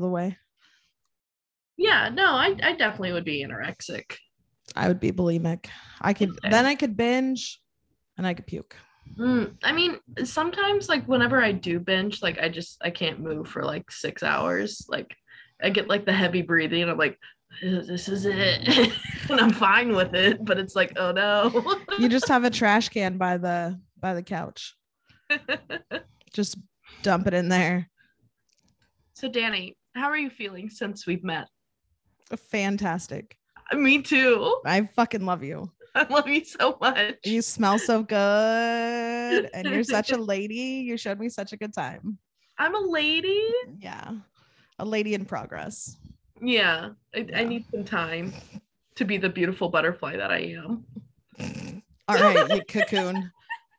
way. Yeah, no, I, I definitely would be anorexic. I would be bulimic. I could Okay. then I could binge and I could puke. Mm, I mean, sometimes like whenever I do binge, like I just I can't move for like six hours. Like I get like the heavy breathing. I'm like, "Ugh, this is it, and I'm fine with it. But it's like, oh no. You just have a trash can by the by the couch. Just dump it in there. so Danny, how are you feeling since we've met? Uh, Fantastic. Me too. I fucking love you. I love you so much. You smell so good and you're such a lady. You showed me such a good time. I'm a lady. Yeah. A lady in progress. Yeah, I, I Yeah. need some time to be the beautiful butterfly that I am. All right, you cocoon.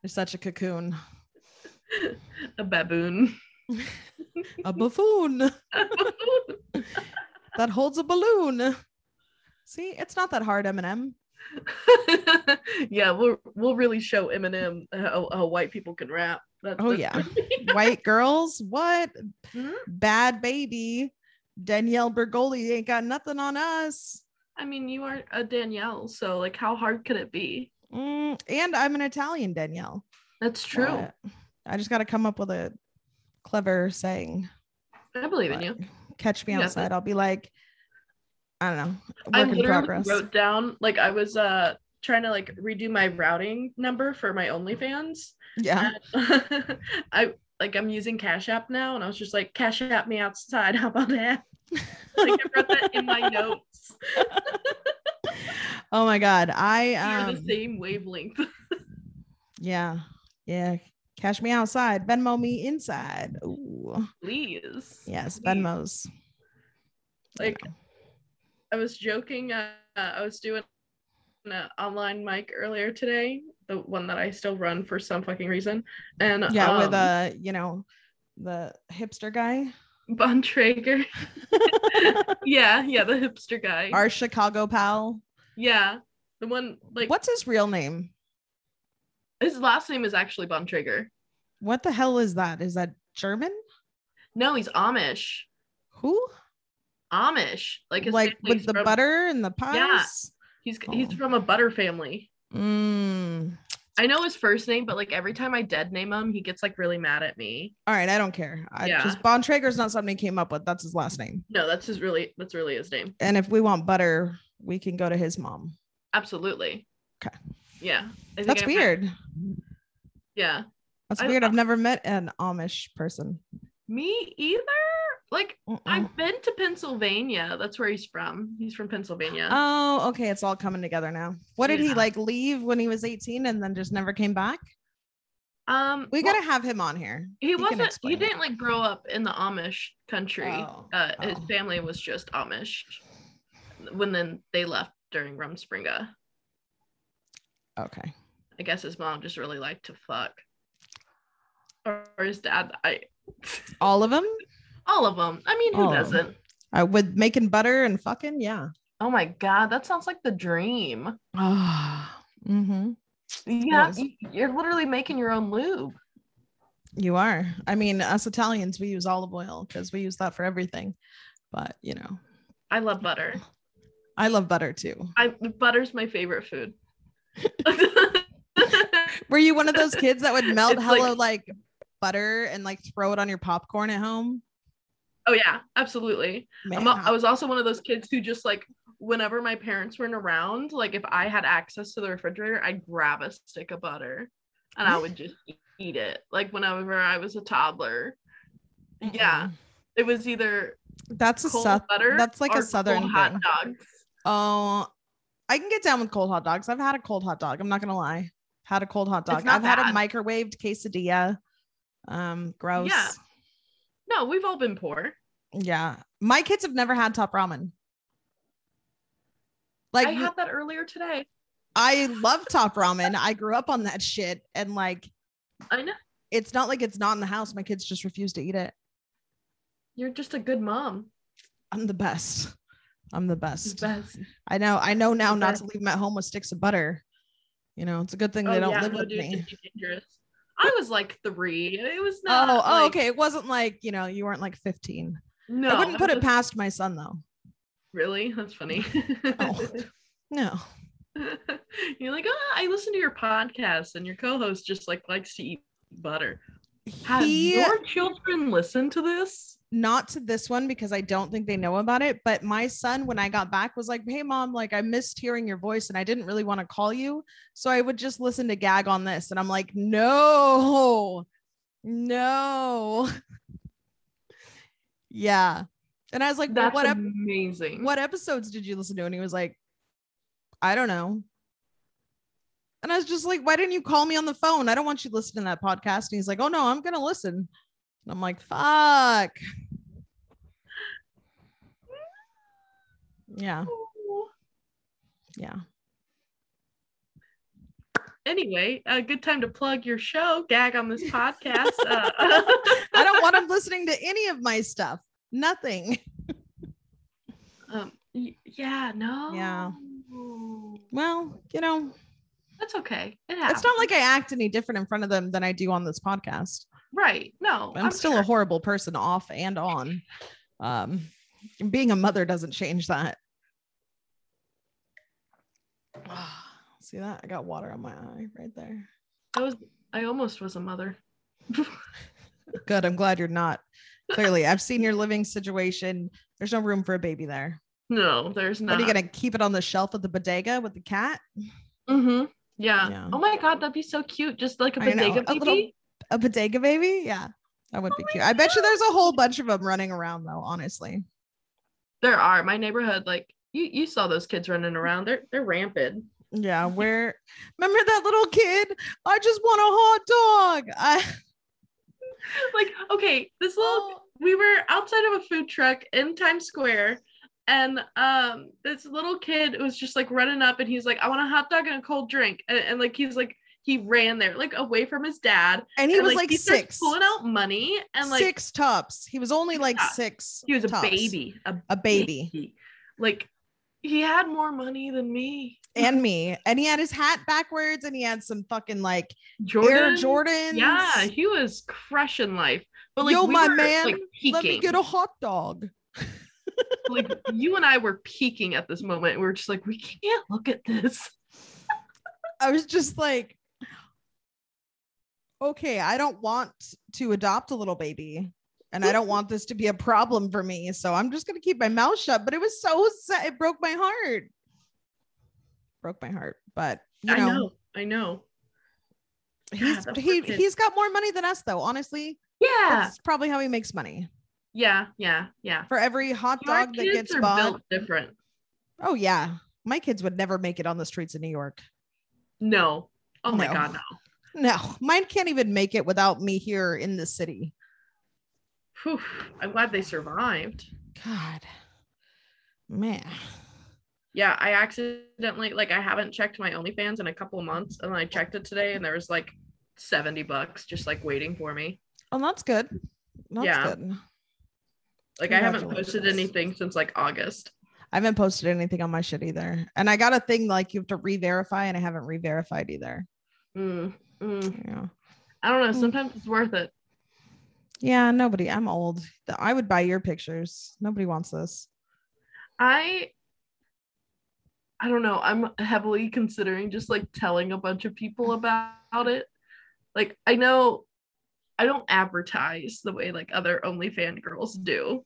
You're such a cocoon. A baboon. A buffoon that holds a balloon. See, it's not that hard, Eminem. yeah, we'll we'll really show Eminem how, how white people can rap. That's Oh, that's yeah. gonna be- White girls, what? Mhm. Bad baby. Danielle Bergoli ain't got nothing on us. I mean, you are a Danielle, so like, how hard could it be? Mm, and I'm an Italian Danielle. That's true. Uh, I just got to come up with a clever saying. I believe in you. Like, Catch me You got outside. I'll be like, I don't know. I Work in literally progress. wrote down like I was uh trying to like redo my routing number for my OnlyFans, yeah. I like I'm using Cash App now, and I was just like, Cash App me outside. How about that? Like I wrote that in my notes. oh my God. I We're um, the same wavelength. yeah. Yeah. Cash me outside. Venmo me inside. Ooh. Please. Yes. Please. Venmos. You Like know. I was joking. Uh, I was doing an online mic earlier today, the one that I still run for some fucking reason, and Yeah. with, um, uh, you know, the hipster guy, Von Traeger. yeah, yeah, the hipster guy. our Chicago pal. yeah, the one like What's his real name? his last name is actually Von Traeger. What the hell is that? Is that German? No, he's Amish. Who? Amish, like his like family's with the from- butter and the pies? He's he's Oh. from a butter family. Mm. I know his first name, but like every time I dead name him, he gets like really mad at me. All right, I don't care. I Yeah. just Bon Traeger's not something he came up with. That's his last name. No, that's his really that's really his name. And if we want butter, we can go to his mom. Absolutely. 'Kay. Yeah. I think That's I- weird. yeah. That's I- weird. I've never met an Amish person. Me either. Like Mm-mm. I've been to Pennsylvania. That's where he's from. He's from Pennsylvania. Oh, okay. It's all coming together now. What did he Yeah. like leave when he was 18 and then just never came back? um, We well, gotta have him on here. He can wasn't. He explain it. didn't like grow up in the Amish country. Oh, uh, His oh. family was just Amish. When then they left during Rumspringa. Okay. I guess his mom just really liked to fuck. Or, or his dad. I All of them? all of them. I mean, who All of 'em. doesn't? Uh, with making butter and fucking, yeah. Oh my god, that sounds like the dream. Ah, Mm-hmm. hmm Yeah, was. you- you're literally making your own lube. You are. I mean, us Italians, we use olive oil because we use that for everything. But you know, I love butter. I love butter too. I butter's my favorite food. Were you one of those kids that would melt It's like- hello like, butter and like throw it on your popcorn at home? oh yeah, absolutely. Man, I'm a- i was also one of those kids who just like whenever my parents weren't around, like if I had access to the refrigerator, I'd grab a stick of butter and I would just eat it. Like whenever I was a toddler. Yeah. Mm-mm. It was either That's a cold south. butter. that's like a or cold southern hot thing. dogs. Oh, I can get down with cold hot dogs. I've had a cold hot dog. I'm not gonna lie. Had a cold hot dog. not I've had a bad. microwaved quesadilla. Um, gross. Yeah. No, we've all been poor. Yeah. My kids have never had top ramen. Like I had that earlier today. I love top ramen. I grew up on that shit. And like, I know. it's not like it's not in the house. My kids just refuse to eat it. You're just a good mom. I'm the best. I'm the best. Best. I know. I know now The not best. to leave them at home with sticks of butter. You know, it's a good thing they Oh, don't yeah, live no, with dude, me. it'd be dangerous. I was like three. It was Oh, not. oh, like- okay. It wasn't like, you know, you weren't like 15. No, I wouldn't put I'm it just- past my son though. Really, that's funny. Oh. No. You're like, oh, I listen to your podcast, and your co-host just like likes to eat butter. Have He your children listen to this? not to this one because I don't think they know about it, but my son when I got back was like, "Hey mom, like I missed hearing your voice and I didn't really want to call you, so I would just listen to gag on this." And I'm like, "No. No." yeah. And I was like, "Well, That's "What up? amazing. what episodes did you listen to? And he was like, I don't know. And I was just like, why didn't you call me on the phone? I don't want you to listen to that podcast. And he's like, oh no, I'm going to listen. And I'm like, fuck. Yeah. Yeah. Anyway, a good time to plug your show, Gag on this podcast. Uh, I don't want him listening to any of my stuff. Nothing. um, y- yeah, no. Yeah. Well, you know, That's okay. It happens. it's not like I act any different in front of them than I do on this podcast. right. No, I'm, still sure. a horrible person off and on. Um, being a mother doesn't change that. See that? I got water on my eye right there. I was. I almost was a mother. Good. I'm glad you're not. Clearly, I've seen your living situation. There's no room for a baby there. No, there's What not. Are you gonna keep it on the shelf at the bodega with the cat? Mm-hmm. Yeah. Yeah. Oh my god, that'd be so cute. Just like a I know, bodega a baby. little- A bodega baby? Yeah, that would be cute. I bet you there's a whole bunch of them running around though. Honestly, There are my neighborhood. Like you, you saw those kids running around. They're they're rampant. yeah. Where? Remember that little kid? I just want a hot dog. I. Like okay, this little Oh. we were outside of a food truck in Times Square, and um, this little kid was just like running up, and he's like, "I want a hot dog and a cold drink," and, and like he's like he ran there like away from his dad. and he and, was like, he starts six, pulling out money, and like six tops. He was only like Yeah. six. he was a tops. baby, a a baby, baby. Like he had more money than me. and me, and he had his hat backwards, and he had some fucking like Jordan, Air Jordans. Yeah, he was crushing life. But like Yo, we my were, man, like peaking. let me get a hot dog. like you and I were peaking at this moment. We were just like, we can't look at this. I was just like, okay, I don't want to adopt a little baby. And I don't want this to be a problem for me. So I'm just going to keep my mouth shut. But it was so sad. It broke my heart. Broke my heart. But, you I know, know, I know. he's, that poor he, kid. he's got more money than us, though. Honestly, Yeah, that's probably how he makes money yeah, yeah, yeah. for every hot Our dog that kids gets are bought. built different. Oh yeah, my kids would never make it on the streets of New York. No. Oh my No. god, no. No, mine can't even make it without me here in the city. Whew. I'm glad they survived. God, man, Yeah, I accidentally like I haven't checked my OnlyFans in a couple of months, and I checked it today, and there was like seventy bucks just like waiting for me. oh that's good. That's Yeah. good. Like I haven't posted Congratulations. anything since like August. I haven't posted anything on my shit either, and I got a thing like you have to re-verify, and I haven't re-verified either. Mm, mm. Yeah, I don't Mm. know. Sometimes it's worth it. yeah. Nobody. I'm old. I would buy your pictures. Nobody wants this. I I don't know. I'm heavily considering just like telling a bunch of people about it. Like I know I don't advertise the way like other OnlyFan girls do.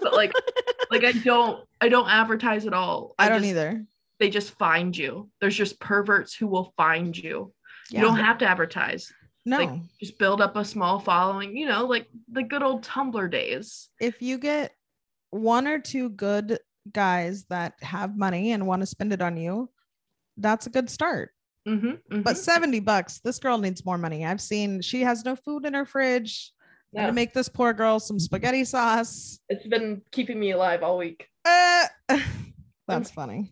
but like like I don't I don't advertise at all. I, don't just- either. They just find you. There's just perverts who will find you. Yeah. You don't have to advertise. no. like, Just build up a small following, you know, like the good old Tumblr days. if you get one or two good guys that have money and want to spend it on you, that's a good start. Mm-hmm, But 70 bucks, this girl needs more money. I've seen she has no food in her fridge. I'm gonna make this poor girl some spaghetti sauce. it's been keeping me alive all week. Uh, that's funny.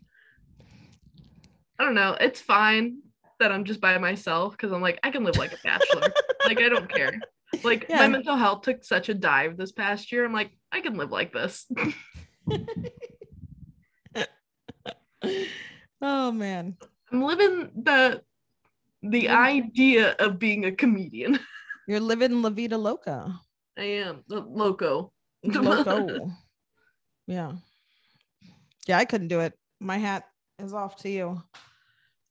I don't know. It's fine that I'm just by myself because I'm like, I can live like a bachelor. like, I don't care. Like, Yeah. my mental health took such a dive this past year. I'm like, I can live like this. Oh man. I'm living the the Yeah. idea of being a comedian. You're living La Vida Loca. I am the loco. Loco. yeah. Yeah, I couldn't do it. My hat is off to you.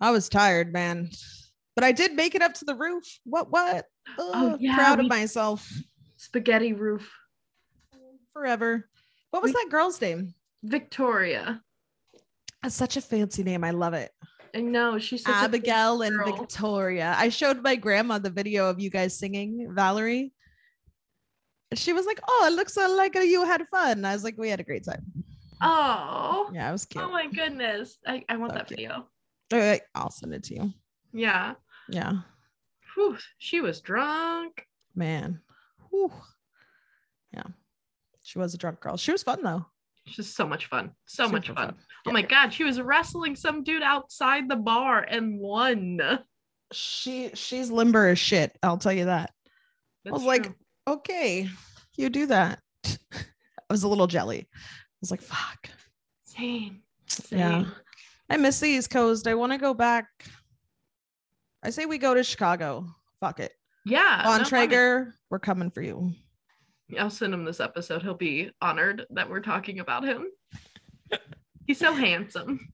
I was tired, man. But I did make it up to the roof. What what? Oh, Ugh, yeah, proud we- of myself Spaghetti roof. forever. What was We- that girl's name? Victoria. That's such a fancy name. I love it. I know she's such a- Abigail and girl. Victoria. I showed my grandma the video of you guys singing Valerie. She was like, "Oh, it looks like you had fun." And I was like, "We had a great time." oh. Yeah, it was cute. Oh my goodness. I, I want So that cute. video. All right, I'll send it to you. Yeah. Yeah, Whew, she was drunk. man. Whew. Yeah, she was a drunk girl. She was fun though. She's so much fun. So much Super fun. Oh my god, she was wrestling some dude outside the bar and won. That's She she's limber as shit. I'll tell you that. was like- true. Okay, you do that. I was a little jelly. I was like, "Fuck." same. Same. Yeah. I miss the East Coast. I want to go back. I say we go to Chicago. Fuck it. Yeah. Von no, Traeger, we're coming for you. I'm- I'll send him this episode. He'll be honored that we're talking about him. He's so handsome.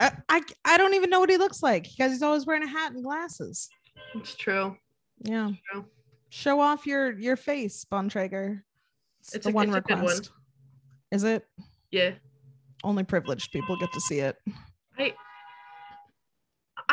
I, I I don't even know what he looks like because he's always wearing a hat and glasses. It's true. Yeah. True. Show off your your face, Von Traeger. It's, It's the a- one it's a good one. request. Is it? Yeah. Only privileged people get to see it. I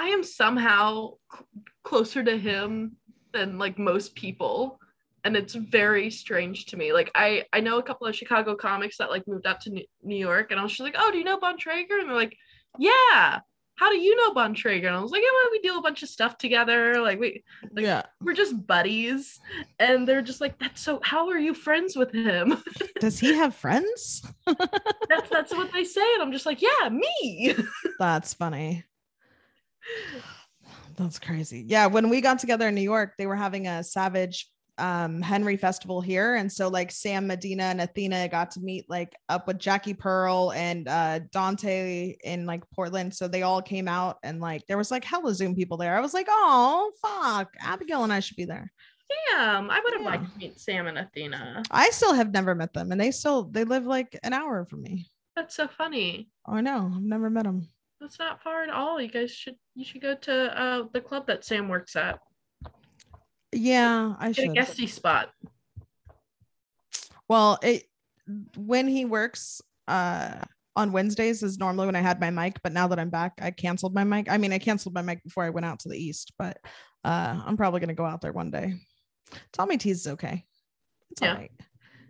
am somehow cl- closer to him than like most people and it's very strange to me. Like I I know a couple of Chicago comics that like moved out to New New York and I was just like, "Oh, do you know Bon Traeger?" and they're like, "Yeah." How do you know Bon Traeger? And I was like, "Yeah, well, we do a bunch of stuff together. Like we Like- yeah. we're just buddies." And they're just like, "That's so how are you friends with him?" Does he have friends? that's that's what they say and I'm just like, "Yeah, me." That's funny. That's crazy. Yeah, when we got together in New York, they were having a Savage um, Henry festival here, and so like Sam Medina and Athena got to meet like up with Jackie Pearl and uh, Dante in like Portland. So they all came out, and like there was like hella Zoom people there. I was like, oh fuck, Abigail and I should be there. Damn, I would have Yeah. liked to meet Sam and Athena. I still have never met them, and they still they live like an hour from me. Oh, That's so funny. I know I've never met them. That's not far at all. You guys should you should go to uh the club that Sam works at. Yeah, I Get should. a guesty spot. Well, it when he works uh on Wednesdays is normally when I had my mic, but now that I'm back, I canceled my mic. I mean, I canceled my mic before I went out to the east, but uh I'm probably gonna go out there one day. Tommy T's is okay. It's Yeah. all right.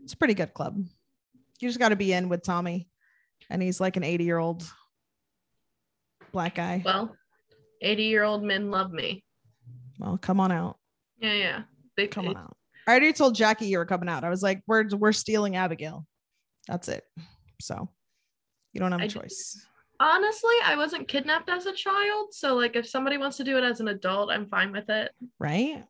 It's a pretty good club. You just gotta be in with Tommy. And he's like an 80 year old black guy. Well, 80 year old men love me. Well, come on out. Yeah, yeah. They Come on out. I already told Jackie you were coming out. I was like, we're we're stealing Abigail. That's it. So you don't have a I did- choice. Honestly, I wasn't kidnapped as a child, so like if somebody wants to do it as an adult, I'm fine with it. right?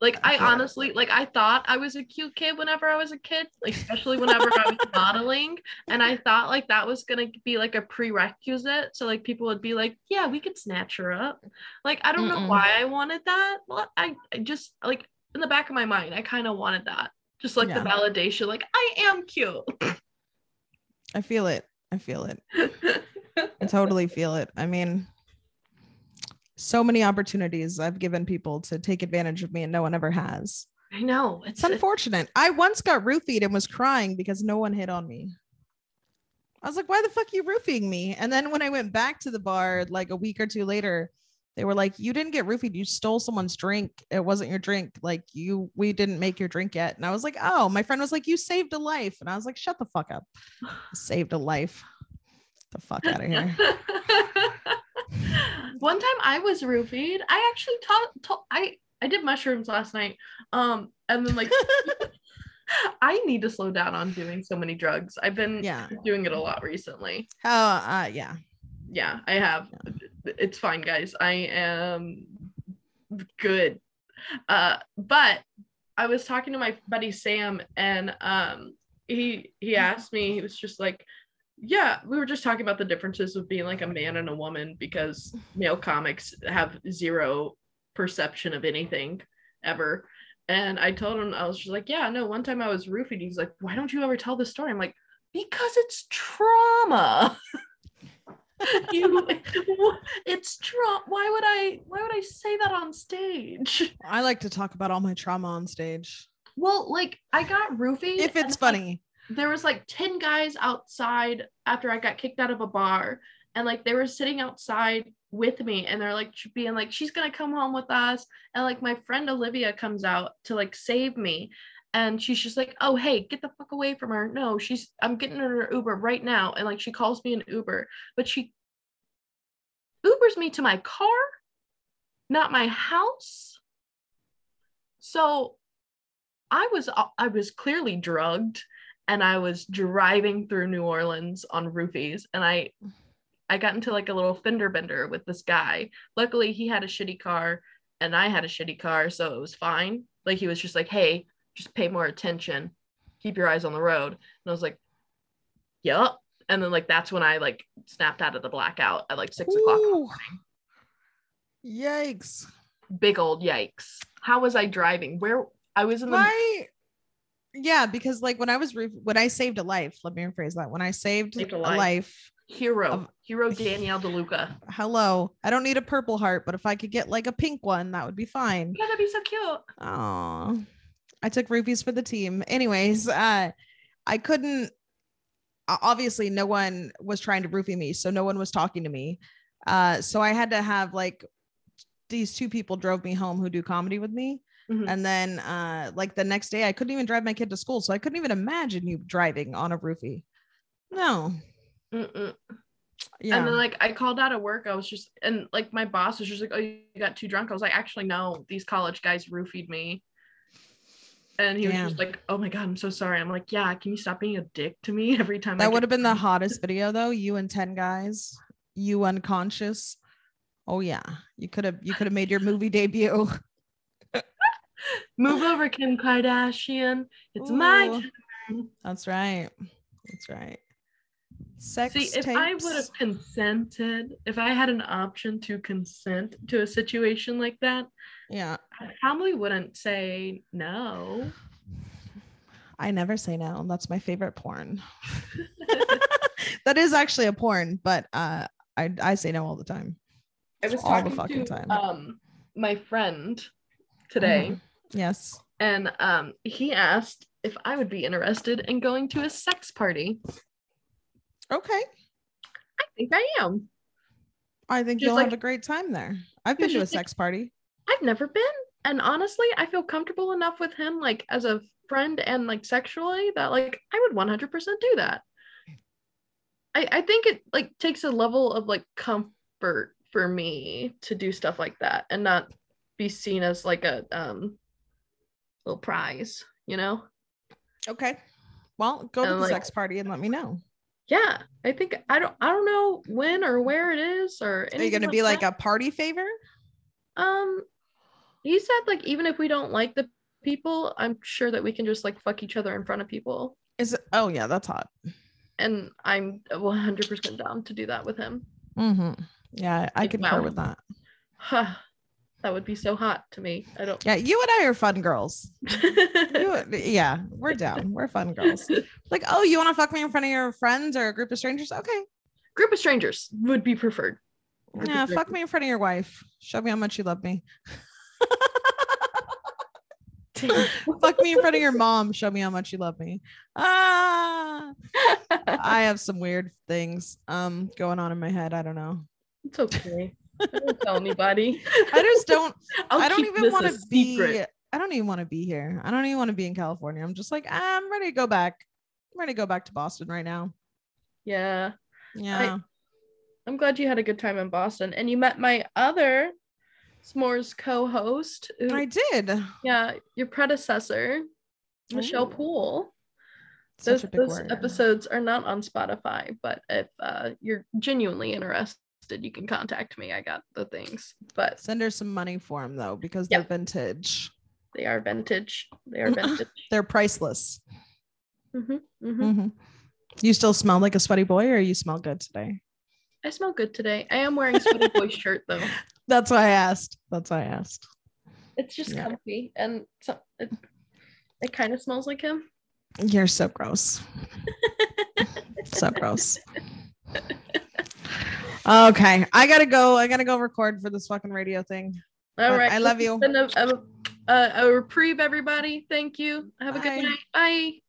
Like I Sure. honestly, like I thought I was a cute kid whenever I was a kid, like especially whenever I was modeling, and I thought like that was gonna be like a prerequisite, so like people would be like, "Yeah, we could snatch her up." Like I don't Mm-mm. know why I wanted that. Well, I, I just like in the back of my mind, I kind of wanted that, just like Yeah. the validation, like I am cute. I feel it. I feel it. I totally feel it. I mean, so many opportunities I've given people to take advantage of me and no one ever has. I know it's It's unfortunate. I once got roofied and was crying because no one hit on me. I was like, why the fuck are you roofing me? And then when I went back to the bar like a week or two later, they were like, you didn't get roofied. You stole someone's drink. It wasn't your drink. Like you, we didn't make your drink yet. And I was like, oh, my friend was like, you saved a life. And I was like, shut the fuck up. saved a life. The fuck out of here. One time I was roofied. I actually taught. Ta- I I did mushrooms last night. Um, and then like I need to slow down on doing so many drugs. I've been yeah. doing it a lot recently. How? Uh, yeah. Yeah, I have. It's fine, guys. I am good. Uh, but I was talking to my buddy Sam, and um, he he asked me. He was just like, "Yeah, we were just talking about the differences of being like a man and a woman because male comics have zero perception of anything ever." And I told him, I was just like, yeah, no, one time I was roofied. He's like, why don't you ever tell this story? I'm like, because it's trauma. you, it's trauma. Why would I, why would I say that on stage? I like to talk about all my trauma on stage. Well, like I got roofied. If and, it's like, funny. there was like 10 guys outside after I got kicked out of a bar and like they were sitting outside with me and they're like being like she's going to come home with us and like my friend Olivia comes out to like save me and she's just like oh hey get the fuck away from her no she's I'm getting her an Uber right now and like she calls me an Uber but she Ubers me to my car not my house so I was I was clearly drugged and I was driving through New Orleans on roofies and I I got into like a little fender bender with this guy. Luckily he had a shitty car and I had a shitty car, so it was fine. Like he was just like, "Hey, just pay more attention. Keep your eyes on the road." And I was like, "Yup." And then like that's when I like snapped out of the blackout at like six o'clock. Ooh. Yikes. Big old yikes! How was I driving? Where I was in the My yeah, because like when I was roof when I saved a life, let me rephrase that. When I saved, Saved a a life. life. hero, of- hero Danielle DeLuca. hello, I don't need a purple heart, but if I could get like a pink one, that would be fine. Yeah, that'd be so cute. Oh, I took rupees for the team. Anyways, uh, I couldn't. o- Obviously, no one was trying to roofie me, so no one was talking to me. Uh, so I had to have like these two people drove me home who do comedy with me, Mhm. and then uh, like the next day, I couldn't even drive my kid to school, so I couldn't even imagine you driving on a roofie. No, Mm-mm. yeah, And then like I called out of work. I was just and like my boss was just like, "Oh, you got too drunk." I was like, "Actually, no. These college guys roofied me." And he Damn. was just like, "Oh my god, I'm so sorry." I'm like, "Yeah, can you stop being a dick to me every time?" that I get would have been the drunk?" hottest video though. You and ten guys, you unconscious. Oh yeah, you could have you could have made your movie debut. Move over, Kim Kardashian. It's my. Ooh. turn. That's right. That's right. Sex See, if I tapes. would have consented, if I had an option to consent to a situation like that, yeah, I probably wouldn't say no. I never say no. That's my favorite porn. that is actually a porn, but uh, I I say no all the time. I was All the fucking talking to time. um my friend today, Mhm. Yes. and um he asked if I would be interested in going to a sex party. Okay. I think I am. I think She's you'll like- have a great time there. I've Yeah, been to a she's like- sex party. I've never been, and honestly, I feel comfortable enough with him, like as a friend and like sexually, that like I would one hundred percent do that. I I think it like takes a level of like comfort for me to do stuff like that and not be seen as like a um little prize, you know. Okay. Well, go to And, the like- sex party and let me know. yeah i think i don't i don't know when or where it is or Are you going to be like a party favor? a um he said like even if we don't like the people i'm sure that we can just like fuck each other in front of people Is it? Oh yeah, that's hot. and i'm 100% down to do that with him hmm Yeah, I Like, concur wow. with that. huh that would be so hot to me i don't Yeah, you and I are fun girls. You- yeah, we're down. We're fun girls. Like, oh, you want to fuck me in front of your friends or a group of strangers? Okay. group of strangers would be preferred Group of Yeah, strangers. fuck me in front of your wife. Show me how much you love me. fuck me in front of your mom. Show me how much you love me. Ah, I have some weird things um going on in my head. I don't know. it's okay don't tell anybody I just don't. I'll I don't keep even this a want to be. secret. I don't even want to be here. I don't even want to be in California. I'm just like, I'm ready to go back. I'm ready to go back to Boston right now. yeah Yeah. I'm glad you had a good time in Boston and you met my other s'mores co-host. who- I did. yeah, your predecessor, Michelle Ooh, Poole. Such Those, a big those word. episodes are not on Spotify, but if uh, you're genuinely interested, you can contact me. I got the things, but Send her some money for them though, because Yeah. they're vintage. they are vintage. They are vintage. They're priceless. hmm hmm Mhm. You still smell like a sweaty boy, or you smell good today? I smell good today. I am wearing a sweaty boy shirt though. That's why I asked. That's why I asked. It's just Yeah. comfy and so, it, it kind of smells like him. You're so gross. so gross. Okay, I gotta go. I gotta go record for this fucking radio thing. All But right. I love this you. has been A, a, a, a reprieve, everybody. Thank you. Have a Bye. good night. Bye.